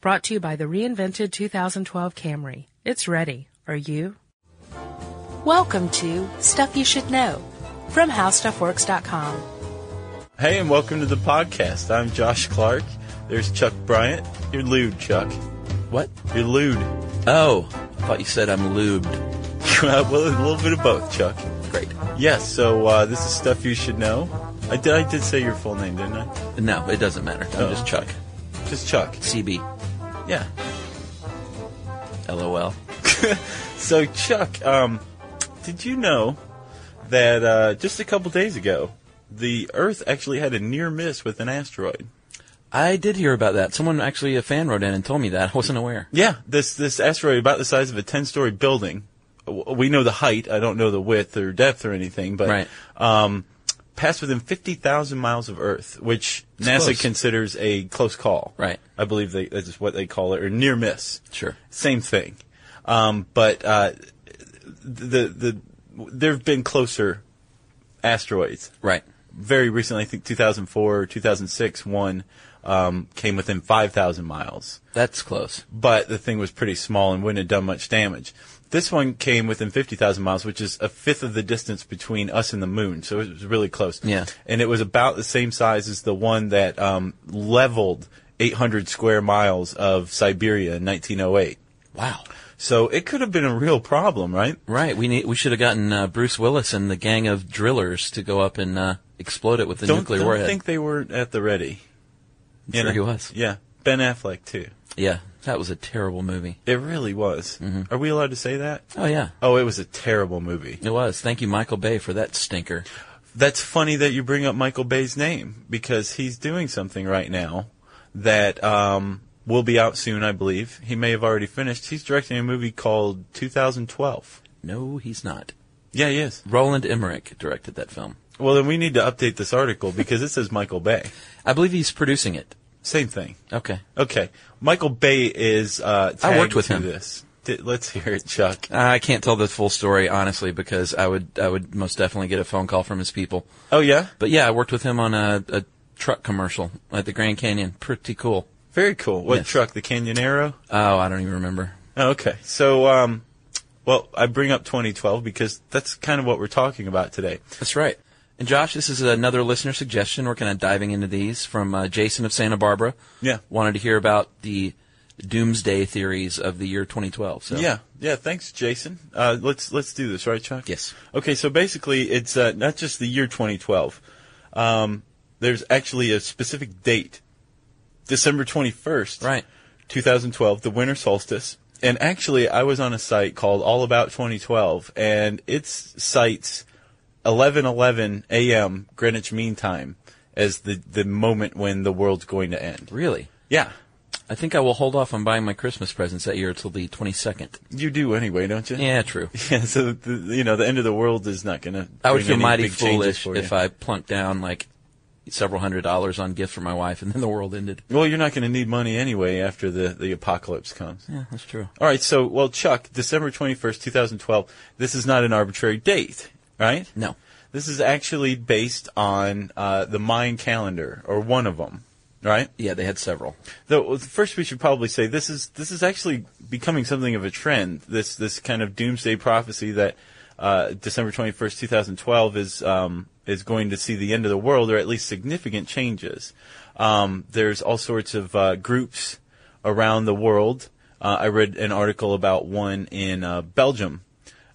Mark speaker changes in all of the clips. Speaker 1: Brought to you by the reinvented 2012 Camry. It's ready. Are you? Welcome to Stuff You Should Know from HowStuffWorks.com.
Speaker 2: Hey, and welcome to the podcast. I'm Josh Clark. There's Chuck Bryant. You're lewd, Chuck.
Speaker 3: What?
Speaker 2: You're lewd.
Speaker 3: Oh, I thought you said I'm lubed.
Speaker 2: well, a little bit of both, Chuck.
Speaker 3: Great.
Speaker 2: Yes, so uh, this is stuff you should know. I did, I did say your full name, didn't I?
Speaker 3: No, it doesn't matter. I'm
Speaker 2: Oh,
Speaker 3: just Chuck.
Speaker 2: Just Chuck.
Speaker 3: CB.
Speaker 2: Yeah.
Speaker 3: LOL.
Speaker 2: So, Chuck, um, did you know that uh, just a couple days ago, the Earth actually had a near miss with an asteroid?
Speaker 3: I did hear about that. Someone actually, a fan wrote in and told me that. I wasn't aware.
Speaker 2: Yeah, this this asteroid about the size of a ten story building. W- We know the height. I don't know the width or depth or anything, but
Speaker 3: Right.
Speaker 2: um, passed within fifty thousand miles of Earth, which NASA
Speaker 3: close.
Speaker 2: considers a close call.
Speaker 3: Right.
Speaker 2: I believe they, that's what they call it, or near miss.
Speaker 3: Sure.
Speaker 2: Same thing. Um, but uh, the the there have been closer asteroids
Speaker 3: Right.
Speaker 2: very recently, I think 2004 or 2006, one um, came within 5,000 miles.
Speaker 3: That's close.
Speaker 2: But the thing was pretty small and wouldn't have done much damage. This one came within 50,000 miles, which is a fifth of the distance between us and the moon. So it was really close.
Speaker 3: Yeah.
Speaker 2: And it was about the same size as the one that um, leveled 800 square miles of Siberia in 1908.
Speaker 3: Wow.
Speaker 2: So it could have been a real problem, right?
Speaker 3: Right. We need, we should have gotten uh, Bruce Willis and the gang of drillers to go up and uh, explode it with the
Speaker 2: don't
Speaker 3: nuclear
Speaker 2: don't
Speaker 3: warhead.
Speaker 2: think they were at the ready.
Speaker 3: I'm sure he was.
Speaker 2: Yeah. Ben Affleck, too.
Speaker 3: Yeah. That was a terrible movie.
Speaker 2: It really was.
Speaker 3: Mm-hmm.
Speaker 2: Are we allowed to say that?
Speaker 3: Oh yeah.
Speaker 2: Oh, it was a terrible movie.
Speaker 3: It was. Thank you, Michael Bay, for that stinker.
Speaker 2: That's funny that you bring up Michael Bay's name because he's doing something right now that um, will be out soon, I believe. He may have already finished. He's directing a movie called 2012.
Speaker 3: No, he's not.
Speaker 2: Yeah, he is.
Speaker 3: Roland Emmerich directed that film.
Speaker 2: Well, then we need to update this article because it says Michael Bay.
Speaker 3: I believe he's producing it.
Speaker 2: Same thing.
Speaker 3: Okay.
Speaker 2: Okay, Michael Bay is. Uh,
Speaker 3: I worked
Speaker 2: tagged
Speaker 3: with
Speaker 2: to
Speaker 3: him.
Speaker 2: This. D- let's hear it, Chuck.
Speaker 3: I can't tell the full story honestly because I would I would most definitely get a phone call from his people.
Speaker 2: Oh yeah,
Speaker 3: But yeah, I worked with him on a, a truck commercial at the Grand Canyon. Pretty cool.
Speaker 2: very cool. What
Speaker 3: Yes.
Speaker 2: truck? The Canyonero.
Speaker 3: Oh, I don't even remember.
Speaker 2: Oh, Okay. So, um, well, I bring up 2012 because that's kind of what we're talking about today.
Speaker 3: That's right. And Josh, this is another listener suggestion. We're kind of diving into these from uh, Jason of Santa Barbara.
Speaker 2: Yeah.
Speaker 3: Wanted to hear about the doomsday theories of the year 2012. So
Speaker 2: Yeah. Yeah. Thanks, Jason. Uh, let's, let's do this, right, Chuck?
Speaker 3: Yes.
Speaker 2: Okay. So basically, it's, uh, not just the year 2012. Um, there's actually a specific date, December 21st.
Speaker 3: Right.
Speaker 2: 2012, the winter solstice. And actually, I was on a site called All About 2012, and its cites 11:11 a.m. Greenwich Mean Time as the the moment when the world's going to end.
Speaker 3: Really.
Speaker 2: Yeah,
Speaker 3: I think I will hold off on buying my Christmas presents that year till the 22nd.
Speaker 2: you do anyway, don't you?
Speaker 3: Yeah, true.
Speaker 2: Yeah, so the, you know the end of the world is not going to.
Speaker 3: I would feel mighty
Speaker 2: big changes
Speaker 3: foolish
Speaker 2: for
Speaker 3: if
Speaker 2: you.
Speaker 3: I plunked down like several hundred dollars on gifts for my wife and then the world ended.
Speaker 2: Well, you're not going to need money anyway after the the apocalypse comes.
Speaker 3: Yeah, that's true.
Speaker 2: All right, so well, Chuck, December 21st, 2012. This is not an arbitrary date, right?
Speaker 3: No.
Speaker 2: This is actually based on uh, the Mayan calendar, or one of them, right?
Speaker 3: Yeah, they had several.
Speaker 2: Though first, we should probably say this is this is actually becoming something of a trend. This this kind of doomsday prophecy that uh, December twenty first, two thousand twelve, is um, is going to see the end of the world, or at least significant changes. Um, there's all sorts of uh, groups around the world. Uh, I read an article about one in uh, Belgium.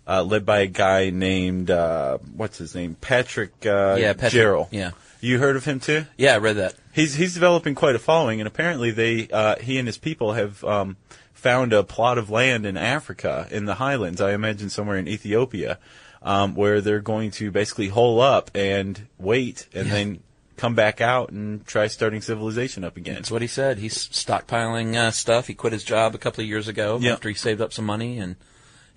Speaker 2: Uh, led by a guy named uh, what's his name, Patrick uh,
Speaker 3: Yeah, Patrick-
Speaker 2: Gerald.
Speaker 3: yeah.
Speaker 2: you heard of him too?
Speaker 3: Yeah, I read that.
Speaker 2: He's he's developing quite a following, and apparently they uh, he and his people have um, found a plot of land in Africa in the highlands. I imagine somewhere in Ethiopia, um, where they're going to basically hole up and wait, and then come back out and try starting civilization up again.
Speaker 3: That's what he said. He's stockpiling uh, stuff. He quit his job a couple of years ago
Speaker 2: Yeah.
Speaker 3: after he saved up some money and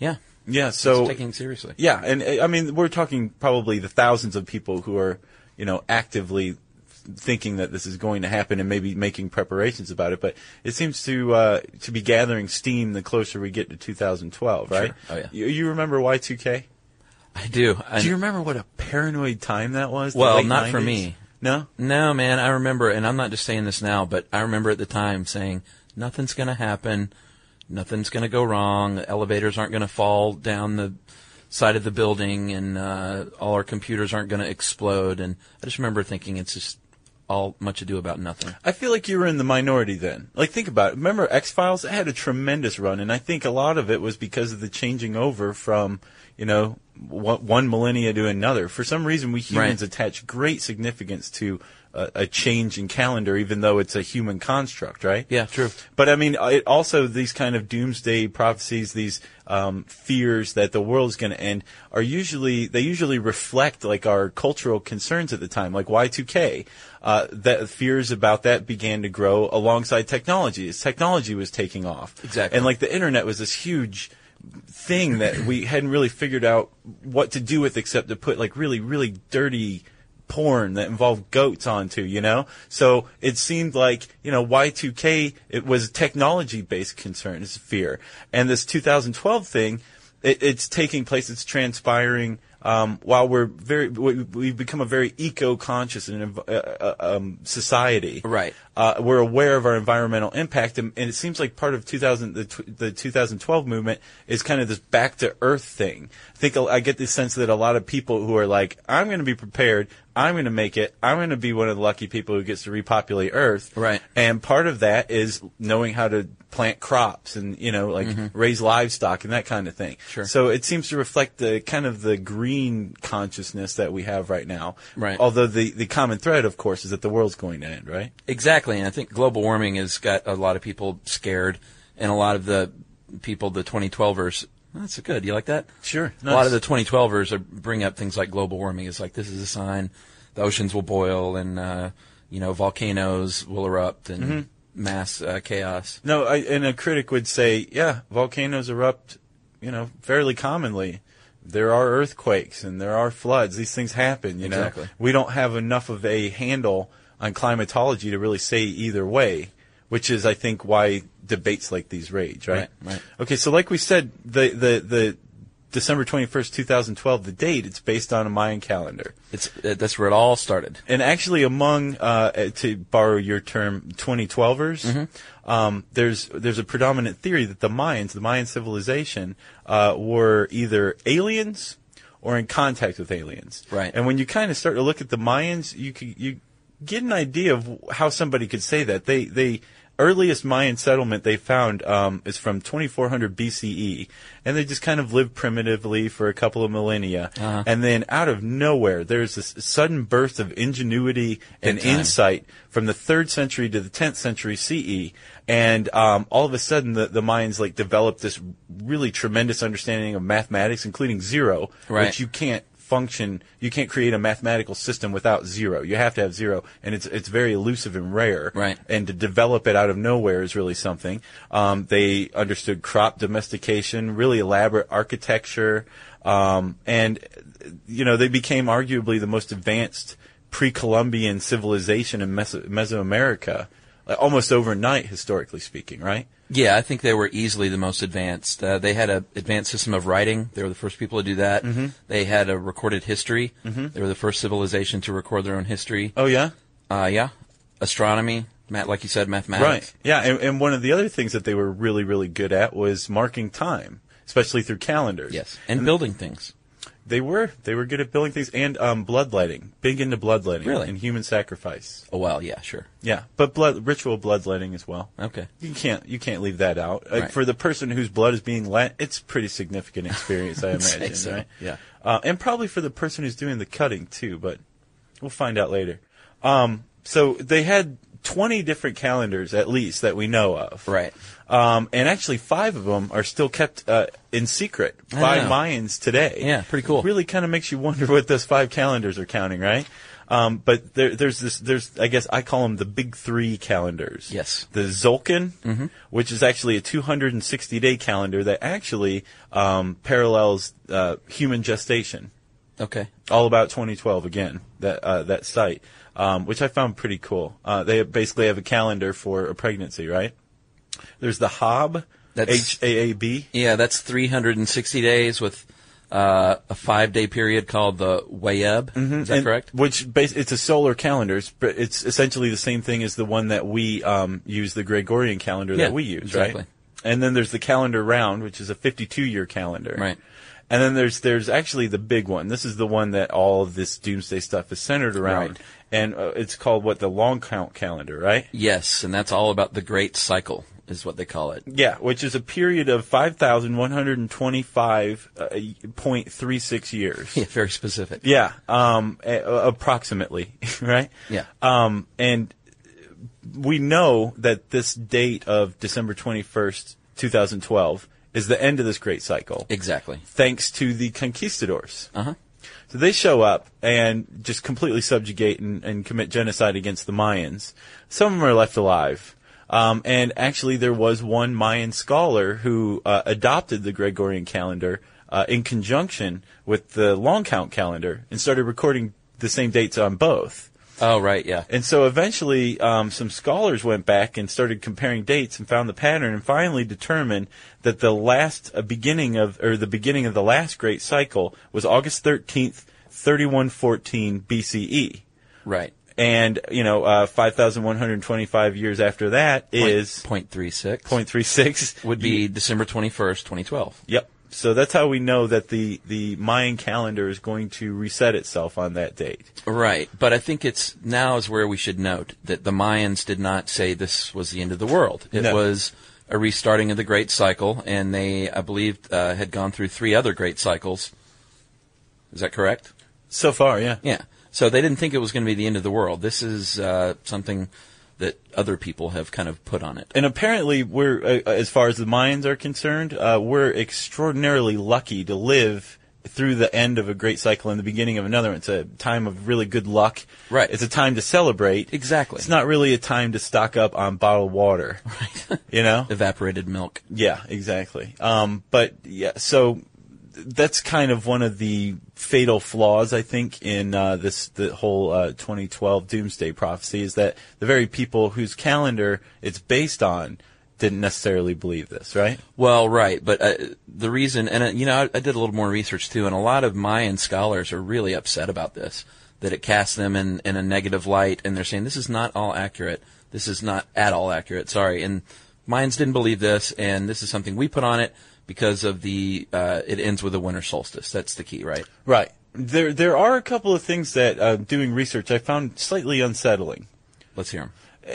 Speaker 3: yeah,
Speaker 2: Yeah.
Speaker 3: he's
Speaker 2: So
Speaker 3: taking it seriously.
Speaker 2: yeah, and uh, I mean we're talking probably the thousands of people who are you know actively thinking that this is going to happen and maybe making preparations about it. But it seems to uh, to be gathering steam the closer we get to 2012, right?
Speaker 3: Sure. Oh, yeah.
Speaker 2: You, you remember Y2K?
Speaker 3: I do. I,
Speaker 2: Do you remember what a paranoid time that was? The
Speaker 3: Well,
Speaker 2: late
Speaker 3: not for
Speaker 2: 90s?
Speaker 3: me.
Speaker 2: No.
Speaker 3: no, man, I remember, and I'm not just saying this now, but I remember at the time saying, Nothing's going to happen. Nothing's going to go wrong. Elevators aren't going to fall down the side of the building, and uh, all our computers aren't going to explode. And I just remember thinking it's just all much ado about nothing.
Speaker 2: I feel like you were in the minority then. Like, think about it. Remember X Files? It had a tremendous run, and I think a lot of it was because of the changing over from, you know, one, one millennia to another. For some reason, we humans
Speaker 3: Right.
Speaker 2: attach great significance to a, a change in calendar, even though it's a human construct, right?
Speaker 3: Yeah, true.
Speaker 2: But I mean, it also these kind of doomsday prophecies, these um, fears that the world is going to end, are usually they usually reflect like our cultural concerns at the time, like Y2K. Uh, that fears about that began to grow alongside technology as technology was taking off.
Speaker 3: Exactly.
Speaker 2: And like the internet was this huge thing that we hadn't really figured out what to do with except to put like really really dirty porn that involved goats onto you know so it seemed like you know y2k it was technology based concern it's fear and this 2012 thing it, it's taking place it's transpiring um, while we're very we, we've become a very eco-conscious and env- uh, uh, um, society
Speaker 3: Right.
Speaker 2: uh, we're aware of our environmental impact, and, and it seems like part of 2000 the, tw- the 2012 movement is kind of this back to earth thing. I think I get the sense that a lot of people who are like, I'm going to be prepared, I'm going to make it, I'm going to be one of the lucky people who gets to repopulate Earth.
Speaker 3: Right.
Speaker 2: And part of that is knowing how to plant crops and you know like raise livestock and that kind of thing.
Speaker 3: Mm-hmm. Sure.
Speaker 2: So it seems to reflect the kind of the green consciousness that we have right now.
Speaker 3: Right.
Speaker 2: Although the the common thread, of course, is that the world's going to end. Right.
Speaker 3: Exactly, and I think global warming has got a lot of people scared, and a lot of the people, the 2012ers. That's good. You like that?
Speaker 2: Sure.
Speaker 3: A lot
Speaker 2: Nice.
Speaker 3: of the 2012ers are, bring up things like global warming. It's like this is a sign the oceans will boil, and uh, you know volcanoes will erupt, and mass uh, chaos.
Speaker 2: No, I, and a critic would say, yeah, volcanoes erupt, you know, fairly commonly. There are earthquakes and there are floods. These things happen, you know.
Speaker 3: Exactly.
Speaker 2: We don't have enough of a handle on climatology to really say either way, which is, I think, why debates like these rage, right?
Speaker 3: Right, right.
Speaker 2: Okay, so like we said, the, the, the December 21st, 2012, the date, it's based on a Mayan calendar.
Speaker 3: It's uh, that's where it all started.
Speaker 2: And actually, among uh, uh, to borrow your term, 2012ers, um, there's there's a predominant theory that the Mayans, the Mayan civilization, uh, were either aliens or in contact with aliens.
Speaker 3: Right.
Speaker 2: And when you kind of start to look at the Mayans, you could, you get an idea of how somebody could say that they they. Earliest Mayan settlement they found um, is from 2400 BCE, E, and they just kind of lived primitively for a couple of millennia.
Speaker 3: Uh-huh.
Speaker 2: And then out of nowhere, there's this sudden burst of ingenuity and
Speaker 3: time.
Speaker 2: insight from the third century to the 10th century CE. And um, all of a sudden, the, the Mayans like developed this really tremendous understanding of mathematics, including zero,
Speaker 3: Right.
Speaker 2: which you can't function. You can't create a mathematical system without zero. You have to have zero, and it's it's very elusive and rare.
Speaker 3: Right.
Speaker 2: And to develop it out of nowhere is really something. Um, they understood crop domestication, really elaborate architecture, um, and you know they became arguably the most advanced pre-Columbian civilization in Meso- Mesoamerica, uh, almost overnight, historically speaking. Right.
Speaker 3: Yeah, I think they were easily the most advanced. Uh, they had a advanced system of writing. They were the first people to do that. They had a recorded history. They were the first civilization to record their own history.
Speaker 2: Oh yeah.
Speaker 3: Uh, yeah, astronomy. Matt, like you said,
Speaker 2: Right.
Speaker 3: mathematics.
Speaker 2: Yeah. And, and one of the other things that they were really, really good at was marking time, especially through calendars.
Speaker 3: Yes, and building things.
Speaker 2: They were. They were good at building things and um, bloodletting. Big into bloodletting.
Speaker 3: Really?
Speaker 2: And human sacrifice.
Speaker 3: Oh well, yeah, sure.
Speaker 2: Yeah. But blood, ritual bloodletting as well.
Speaker 3: Okay.
Speaker 2: You can't you can't leave that out. Like,
Speaker 3: Right.
Speaker 2: For the person whose blood is being let, it's pretty significant experience, I
Speaker 3: I'd say
Speaker 2: imagine,
Speaker 3: so,
Speaker 2: right?
Speaker 3: yeah.
Speaker 2: Uh, and probably for the person who's doing the cutting too, but we'll find out later. Um, so they had 20 different calendars at least that we know of.
Speaker 3: Right.
Speaker 2: Um, and actually, five of them are still kept uh, in secret
Speaker 3: I
Speaker 2: by
Speaker 3: know.
Speaker 2: Mayans today.
Speaker 3: Yeah, pretty cool.
Speaker 2: Really, kind of makes you wonder what those five calendars are counting, right? Um, but there, there's this, there's, I guess I call them the big three calendars.
Speaker 3: Yes. Mm-hmm.
Speaker 2: The Zolkin, which is actually a 260 day calendar that actually um, parallels uh, human gestation
Speaker 3: Okay.
Speaker 2: all about 2012 again. That uh, that site, um, which I found pretty cool. Uh, they basically have a calendar for a pregnancy, right? There's the Hob,
Speaker 3: That's-
Speaker 2: H A A B.
Speaker 3: Yeah, that's 360 days with uh, a five day period called the Wayeb. Is that
Speaker 2: Mm-hmm. And-
Speaker 3: correct?
Speaker 2: Which bas- it's a solar calendar, it's- but it's essentially the same thing as the one that we um, use, the Gregorian calendar
Speaker 3: Yeah,
Speaker 2: that we use,
Speaker 3: exactly.
Speaker 2: right? And then there's the calendar round, which is a 52 year calendar,
Speaker 3: Right.
Speaker 2: And then there's there's actually the big one. This is the one that all of this doomsday stuff is centered around,
Speaker 3: Right.
Speaker 2: and uh, it's called what the long count calendar, right?
Speaker 3: Yes, and that's all about the Great Cycle, is what they call it.
Speaker 2: Yeah, which is a period of 5,125.36 years.
Speaker 3: Yeah, very specific.
Speaker 2: Yeah, um, a- a- approximately, right?
Speaker 3: Yeah.
Speaker 2: Um, and we know that this date of December 21st, 2012 is the end of this great cycle,
Speaker 3: Exactly.
Speaker 2: thanks to the conquistadors.
Speaker 3: Uh huh.
Speaker 2: So they show up and just completely subjugate and, and commit genocide against the Mayans. Some of them are left alive. Um, and actually, there was one Mayan scholar who uh, adopted the Gregorian calendar uh, in conjunction with the long count calendar and started recording the same dates on both.
Speaker 3: Oh, right, yeah.
Speaker 2: And so eventually, um, some scholars went back and started comparing dates and found the pattern and finally determined that the last uh, beginning of, or the beginning of the last great cycle was August 13th, 3114 BCE.
Speaker 3: Right.
Speaker 2: E. And, you know, uh, 5,125 years after that is
Speaker 3: point three six
Speaker 2: 0.36.
Speaker 3: would be December twenty first, twenty twelve.
Speaker 2: Yep. So that's how we know that the, the Mayan calendar is going to reset itself on that date.
Speaker 3: Right, but I think it's now is where we should note that the Mayans did not say this was the end of the world. It
Speaker 2: No.
Speaker 3: was a restarting of the Great Cycle, and they, I believe, uh, had gone through three other Great Cycles. Is that correct?
Speaker 2: So far, yeah.
Speaker 3: Yeah. So they didn't think it was going to be the end of the world. This is uh, something that other people have kind of put on it.
Speaker 2: and apparently we're uh, as far as the Mayans are concerned, uh, we're extraordinarily lucky to live through the end of a great cycle and the beginning of another. It's a time of really good luck.
Speaker 3: Right.
Speaker 2: It's a time to celebrate.
Speaker 3: Exactly.
Speaker 2: It's not really a time to stock up on bottled water. Right. You know.
Speaker 3: Evaporated milk.
Speaker 2: Yeah, exactly. Um, but yeah, so th- that's kind of one of the fatal flaws I think in uh, this the whole uh, 2012 doomsday prophecy is that the very people whose calendar it's based on didn't necessarily believe this, right?
Speaker 3: Well, right, but uh, the reason, and uh, you know, I, I did a little more research too, and a lot of Mayan scholars are really upset about this, that it casts them in, in a negative light, and they're saying this is not all accurate. This is not at all accurate. Sorry, and Mayans didn't believe this, and this is something we put on it because of the uh, it ends with a winter solstice. That's the key, right?
Speaker 2: Right. There there are a couple of things that uh, doing research I found slightly unsettling.
Speaker 3: Let's hear them.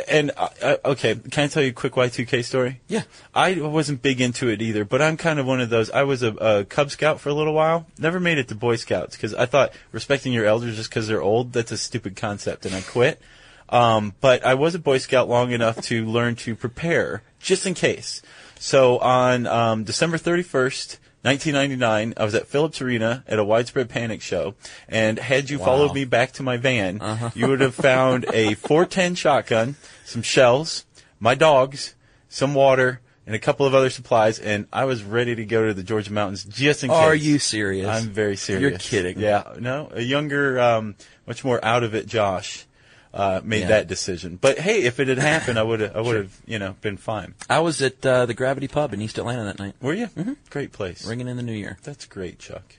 Speaker 2: And uh, uh, okay, can I tell you a quick Y2K story?
Speaker 3: Yeah.
Speaker 2: I wasn't big into it either, but I'm kind of one of those. I was a, a Cub Scout for a little while. Never made it to Boy Scouts because I thought respecting your elders just because they're old that's a stupid concept, and I quit. Um, but I was a Boy Scout long enough to learn to prepare just in case. So on um, December 31st. 1999, I was at Phillips Arena at a widespread panic show, and had you followed me back to my van,
Speaker 3: Uh-huh.
Speaker 2: you would have found a 410 shotgun, some shells, my dogs, some water, and a couple of other supplies, and I was ready to go to the Georgia mountains just in case.
Speaker 3: Are you serious?
Speaker 2: I'm very serious.
Speaker 3: You're kidding.
Speaker 2: Yeah, no, a younger, um, much more out of it Josh uh, made
Speaker 3: Yeah.
Speaker 2: that decision. But hey, if it had happened, I would have, I would have, you know, been fine.
Speaker 3: I was at uh, the Gravity Pub in East Atlanta that night,
Speaker 2: Were you? Great place.
Speaker 3: ringing in the new year.
Speaker 2: That's great, Chuck.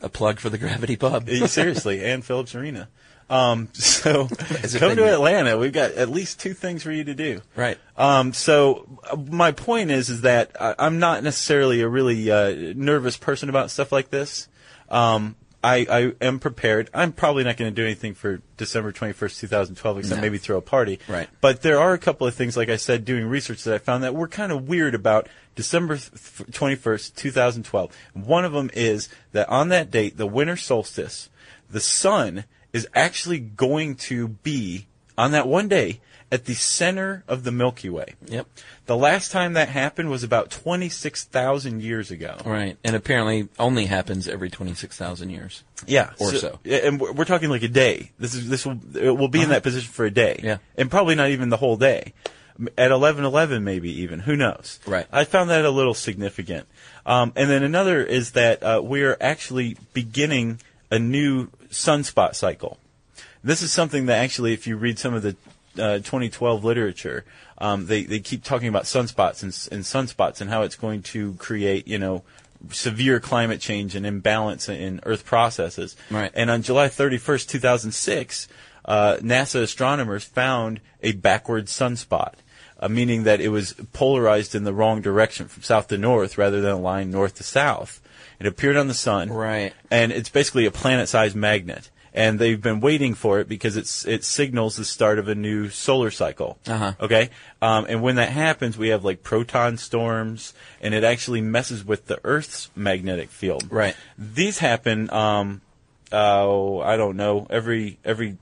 Speaker 3: A plug for the Gravity Pub.
Speaker 2: Eh, Seriously, and Phillips Arena. Um, so
Speaker 3: As if
Speaker 2: come
Speaker 3: they
Speaker 2: to
Speaker 3: knew.
Speaker 2: Atlanta. We've got at least two things for you to do.
Speaker 3: Right.
Speaker 2: Um, so uh, my point is, is that I, I'm not necessarily a really uh, nervous person about stuff like this. Um, I, I am prepared. I'm probably not going to do anything for December 21st, 2012, except
Speaker 3: No.
Speaker 2: maybe throw a party.
Speaker 3: Right.
Speaker 2: But there are a couple of things, like I said, doing research that I found that were kind of weird about December th- 21st, 2012. One of them is that on that date, the winter solstice, the sun is actually going to be on that one day at the center of the Milky Way.
Speaker 3: Yep.
Speaker 2: The last time that happened was about 26,000 years ago.
Speaker 3: Right, and apparently only happens every 26,000 years.
Speaker 2: Yeah,
Speaker 3: Or so. Uh-huh.
Speaker 2: yeah, And we're we're talking like a day. This is this will it will be in that position for a day.
Speaker 3: Yeah.
Speaker 2: and probably not even the whole day. M- At eleven eleven, maybe even who knows?
Speaker 3: Right.
Speaker 2: I found that a little significant. Um, and then another is that uh, we are actually beginning a new sunspot cycle. This is something that actually, if you read some of the uh, 2012 literature, um, they they keep talking about sunspots and, s- and sunspots and how it's going to create you know severe climate change and imbalance in Earth processes.
Speaker 3: Right.
Speaker 2: And on July 31st, 2006, uh, NASA astronomers found a backward sunspot, uh, meaning that it was polarized in the wrong direction from south to north rather than aligned north to south. It appeared on the sun.
Speaker 3: Right.
Speaker 2: And it's basically a planet-sized magnet. And they've been waiting for it because it's it signals the start of a new solar cycle.
Speaker 3: Uh-huh.
Speaker 2: Okay. Um, and when that happens, we have like proton storms, and it actually messes with the Earth's magnetic field.
Speaker 3: Right.
Speaker 2: These happen. Um, oh, I don't know. Every every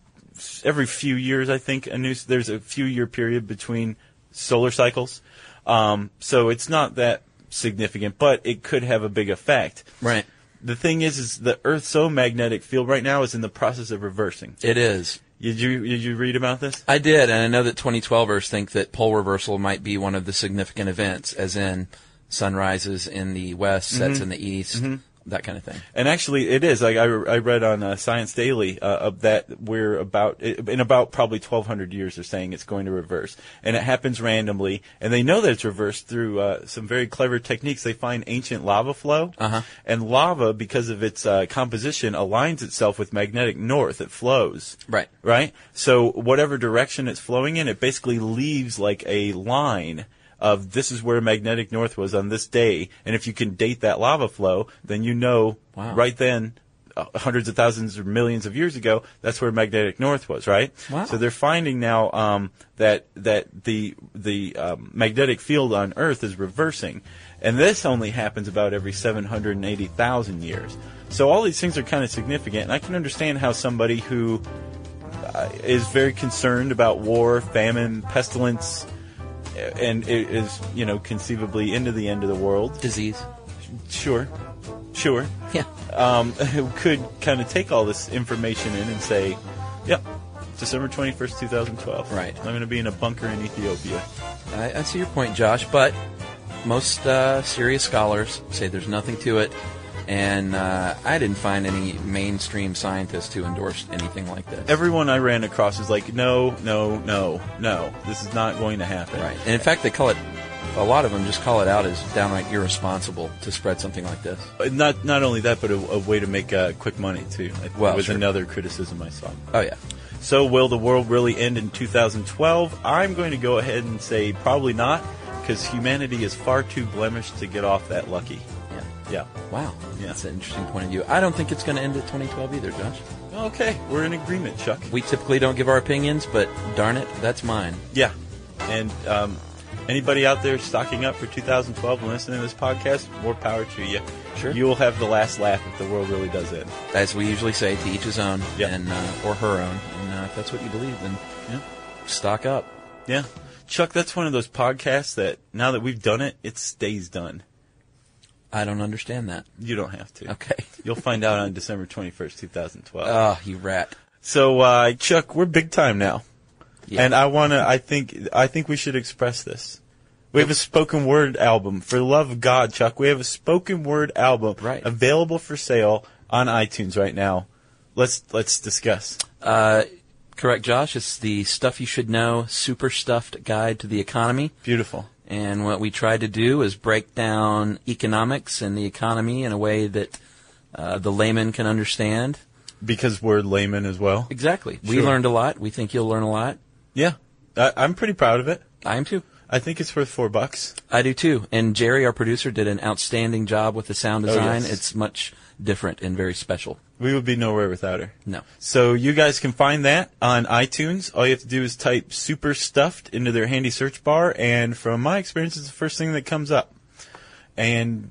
Speaker 2: every few years, I think a new there's a few year period between solar cycles. Um, so it's not that significant, but it could have a big effect.
Speaker 3: Right.
Speaker 2: The thing is, is the Earth's own magnetic field right now is in the process of reversing.
Speaker 3: It is.
Speaker 2: Did you did you read about this?
Speaker 3: I did, and I know that 2012ers think that pole reversal might be one of the significant events, as in sun rises in the west, sets in the east, that kind of thing.
Speaker 2: And actually, it is. Like I, I read on uh, Science Daily uh, of that we're about in about probably 1,200 years. They're saying it's going to reverse, and it happens randomly. And they know that it's reversed through uh, some very clever techniques. They find ancient lava flow,
Speaker 3: Uh-huh.
Speaker 2: and lava, because of its uh, composition, aligns itself with magnetic north. It flows.
Speaker 3: Right.
Speaker 2: Right. So whatever direction it's flowing in, it basically leaves like a line of this is where magnetic north was on this day, and if you can date that lava flow, then you know
Speaker 3: Wow.
Speaker 2: right then. uh, Hundreds of thousands or millions of years ago, that's where magnetic north was, right?
Speaker 3: Wow.
Speaker 2: So they're finding now um, that that the the um, magnetic field on Earth is reversing, and this only happens about every seven hundred and eighty thousand years. So all these things are kind of significant, and I can understand how somebody who uh, is very concerned about war, famine, pestilence, and i- is you know conceivably into the end of the world.
Speaker 3: Disease.
Speaker 2: Sure, sure.
Speaker 3: Yeah.
Speaker 2: Um, could kind of take all this information in and say, "Yep, December twenty first, two thousand twelve.
Speaker 3: Right.
Speaker 2: I'm going to be in a bunker in Ethiopia."
Speaker 3: I, I see your point, Josh, but most uh, serious scholars say there's nothing to it, and uh, I didn't find any mainstream scientists who endorsed anything like this.
Speaker 2: Everyone I ran across is like, "No, no, no, no. This is not going to happen."
Speaker 3: right. And in fact, they call it, a lot of them just call it out as downright irresponsible to spread something like this.
Speaker 2: But Not not only that, but a, a way to make uh, quick money too. I-
Speaker 3: Well,
Speaker 2: was
Speaker 3: sure.
Speaker 2: another criticism I saw.
Speaker 3: Oh, yeah.
Speaker 2: So, will the world really end in 2012? I'm going to go ahead and say probably not, because humanity is far too blemished to get off that lucky.
Speaker 3: Yeah.
Speaker 2: Yeah.
Speaker 3: Wow.
Speaker 2: Yeah.
Speaker 3: That's an interesting point of view. I don't think it's going to end at 2012 either, Josh.
Speaker 2: Okay, we're in agreement, Chuck.
Speaker 3: We typically don't give our opinions, but darn it, that's mine.
Speaker 2: Yeah. And um, anybody out there stocking up for 2012 and listening to this podcast, more power to you.
Speaker 3: Sure.
Speaker 2: You will have the last laugh if the world really does end.
Speaker 3: As we usually say, to each his own
Speaker 2: Yeah.
Speaker 3: and uh, or her own. And uh, if that's what you believe, then
Speaker 2: Yeah.
Speaker 3: stock up.
Speaker 2: Yeah. Chuck, that's one of those podcasts that now that we've done it, it stays done.
Speaker 3: I don't understand that.
Speaker 2: You don't have to.
Speaker 3: Okay.
Speaker 2: You'll find out on December 21st, 2012.
Speaker 3: Ah, you rat.
Speaker 2: So, uh, Chuck, we're big time now,
Speaker 3: Yeah.
Speaker 2: and I wanna. I think. I think we should express this. We have a spoken word album. For the love of God, Chuck, we have a spoken word album
Speaker 3: Right.
Speaker 2: available for sale on iTunes right now. Let's let's discuss.
Speaker 3: Uh, correct, Josh. It's the Stuff You Should Know Super Stuffed Guide to the Economy.
Speaker 2: Beautiful.
Speaker 3: And what we tried to do is break down economics and the economy in a way that uh, the layman can understand.
Speaker 2: Because we're laymen as well.
Speaker 3: Exactly. We
Speaker 2: Sure.
Speaker 3: learned a lot. We think you'll learn a lot.
Speaker 2: Yeah, I, I'm pretty proud of it.
Speaker 3: I am too.
Speaker 2: I think it's worth four bucks.
Speaker 3: I do too. And Jerry, our producer, did an outstanding job with the sound
Speaker 2: yes.
Speaker 3: design. It's much different and very special.
Speaker 2: We would be nowhere without her.
Speaker 3: No.
Speaker 2: So you guys can find that on iTunes. All you have to do is type super stuffed into their handy search bar, and from my experience, it's the first thing that comes up. And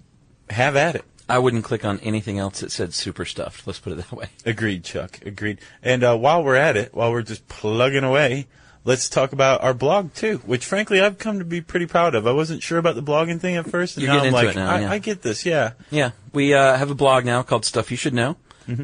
Speaker 2: have at it.
Speaker 3: I wouldn't click on anything else that said super stuffed. Let's put it that way.
Speaker 2: Agreed, Chuck. Agreed. And uh, while we're at it, while we're just plugging away, let's talk about our blog too, which frankly I've come to be pretty proud of. I wasn't sure about the blogging thing at first, and
Speaker 3: You're
Speaker 2: now I'm
Speaker 3: getting into
Speaker 2: like,
Speaker 3: it now,
Speaker 2: I,
Speaker 3: yeah.
Speaker 2: I get this. Yeah.
Speaker 3: Yeah. We uh, have a blog now called Stuff You Should Know.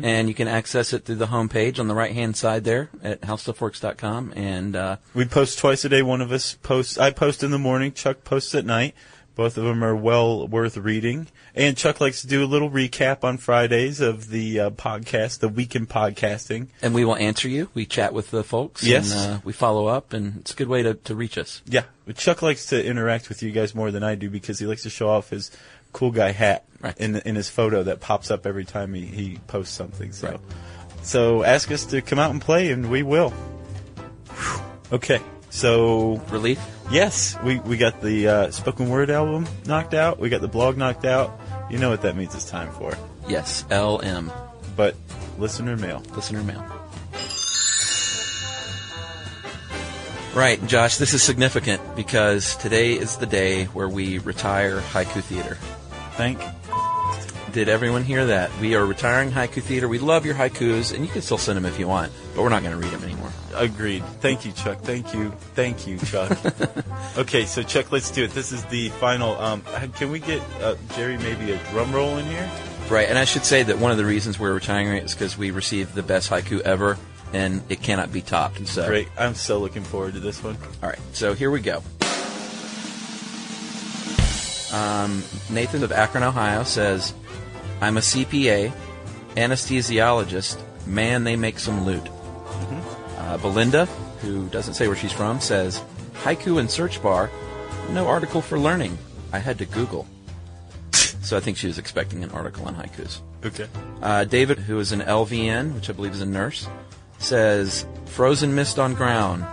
Speaker 3: And you can access it through the homepage on the right hand side there at howstuffworks.com. And uh,
Speaker 2: We post twice a day. One of us posts. I post in the morning. Chuck posts at night. Both of them are well worth reading. And Chuck likes to do a little recap on Fridays of the uh, podcast, the week in podcasting.
Speaker 3: And we will answer you. We chat with the folks.
Speaker 2: Yes.
Speaker 3: And, uh, we follow up, and it's a good way to, to reach us.
Speaker 2: Yeah, but Chuck likes to interact with you guys more than I do because he likes to show off his cool guy hat
Speaker 3: Right.
Speaker 2: in in his photo that pops up every time he, he posts something. So,
Speaker 3: Right.
Speaker 2: so ask us to come out and play, and we will. Whew. Okay, so
Speaker 3: Relief?
Speaker 2: yes, we we got the uh, spoken word album knocked out. We got the blog knocked out. You know what that means? It's time for.
Speaker 3: Yes. LM.
Speaker 2: But listener mail.
Speaker 3: Listener mail. Right, Josh, this is significant because today is the day where we retire Haiku Theater.
Speaker 2: Thank.
Speaker 3: Did everyone hear that? We are retiring Haiku Theater. We love your haikus, and you can still send them if you want, but we're not going to read them anymore.
Speaker 2: Agreed. Thank you, Chuck. Thank you. Thank you, Chuck. okay, so Chuck, let's do it. This is the final. Um, can we get uh, Jerry maybe a drum roll in here?
Speaker 3: Right, and I should say that one of the reasons we're retiring it is because we received the best haiku ever, and it cannot be topped. So,
Speaker 2: Great. I'm so looking forward to this one.
Speaker 3: all right, so here we go. Um, Nathan of Akron, Ohio says, "I'm a CPA, anesthesiologist. Man, they make some loot." Uh, Belinda, who doesn't say where she's from, says, "Haiku in search bar, no article for learning. I had to Google." so I think she was expecting an article on haikus.
Speaker 2: Okay.
Speaker 3: Uh, David, who is an LVN, which I believe is a nurse, says, Frozen mist on ground.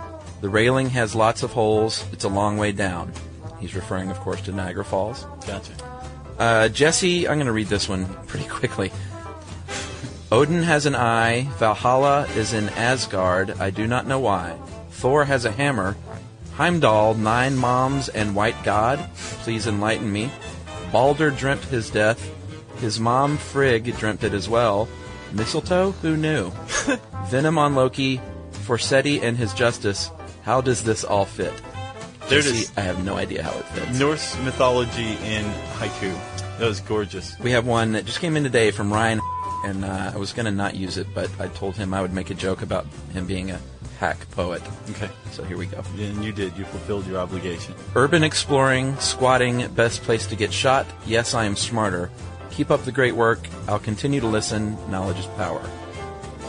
Speaker 3: The railing has lots of holes. It's a long way down. He's referring, of course, to Niagara Falls.
Speaker 2: Gotcha.
Speaker 3: Uh, Jesse, I'm going to read this one pretty quickly. Odin has an eye. Valhalla is in Asgard. I do not know why. Thor has a hammer. Heimdall, nine moms and white god. Please enlighten me. Balder dreamt his death. His mom, Frigg, dreamt it as well. Mistletoe? Who knew? Venom on Loki. Forseti and his justice. How does this all fit?
Speaker 2: There it
Speaker 3: Jesse,
Speaker 2: is.
Speaker 3: I have no idea how it fits.
Speaker 2: Norse mythology in haiku. That was gorgeous.
Speaker 3: We have one that just came in today from Ryan, and uh, I was going to not use it, but I told him I would make a joke about him being a hack poet.
Speaker 2: Okay.
Speaker 3: So here we go.
Speaker 2: And you did. You fulfilled your obligation.
Speaker 3: Urban exploring, squatting, best place to get shot. Yes, I am smarter. Keep up the great work. I'll continue to listen. Knowledge is power.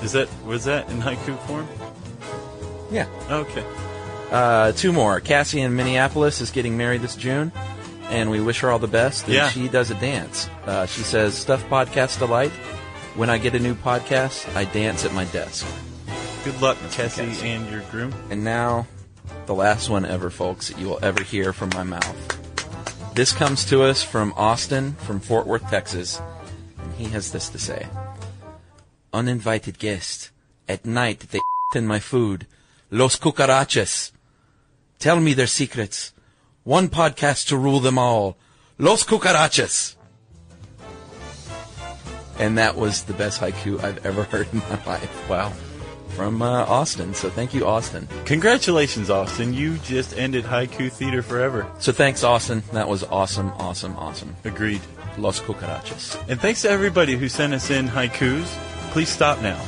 Speaker 2: Is that was that in haiku form?
Speaker 3: Yeah.
Speaker 2: Okay.
Speaker 3: Uh, two more. Cassie in Minneapolis is getting married this June, and we wish her all the best. And
Speaker 2: Yeah.
Speaker 3: She does a dance. Uh, she says, Stuff podcast delight. When I get a new podcast, I dance at my desk.
Speaker 2: Good luck, Cassie, and your groom.
Speaker 3: And now, the last one ever, folks, that you will ever hear from my mouth. This comes to us from Austin, from Fort Worth, Texas, and he has this to say Uninvited guests. At night, they in my food. Los cucarachas. Tell me their secrets. One podcast to rule them all. Los cucarachas. And that was the best haiku I've ever heard in my life. Wow. From uh, Austin. So thank you, Austin.
Speaker 2: Congratulations, Austin. You just ended haiku theater forever.
Speaker 3: So thanks, Austin. That was awesome, awesome, awesome.
Speaker 2: Agreed.
Speaker 3: Los cucarachas.
Speaker 2: And thanks to everybody who sent us in haikus. Please stop now.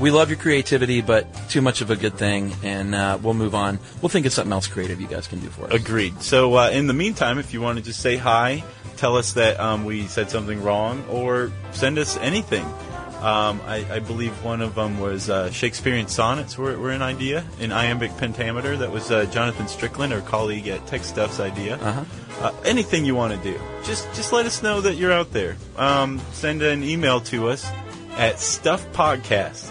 Speaker 3: We love your creativity, but too much of a good thing, and uh, we'll move on. We'll think of something else creative you guys can do for us.
Speaker 2: Agreed. So, uh, in the meantime, if you want to just say hi, tell us that um, we said something wrong, or send us anything. Um, I, I believe one of them was uh, Shakespearean sonnets were, were an idea in iambic pentameter. That was uh, Jonathan Strickland, our colleague at Tech Stuff's idea.
Speaker 3: Uh-huh.
Speaker 2: Uh, anything you want to do, just just let us know that you're out there. Um, send an email to us at stuffpodcast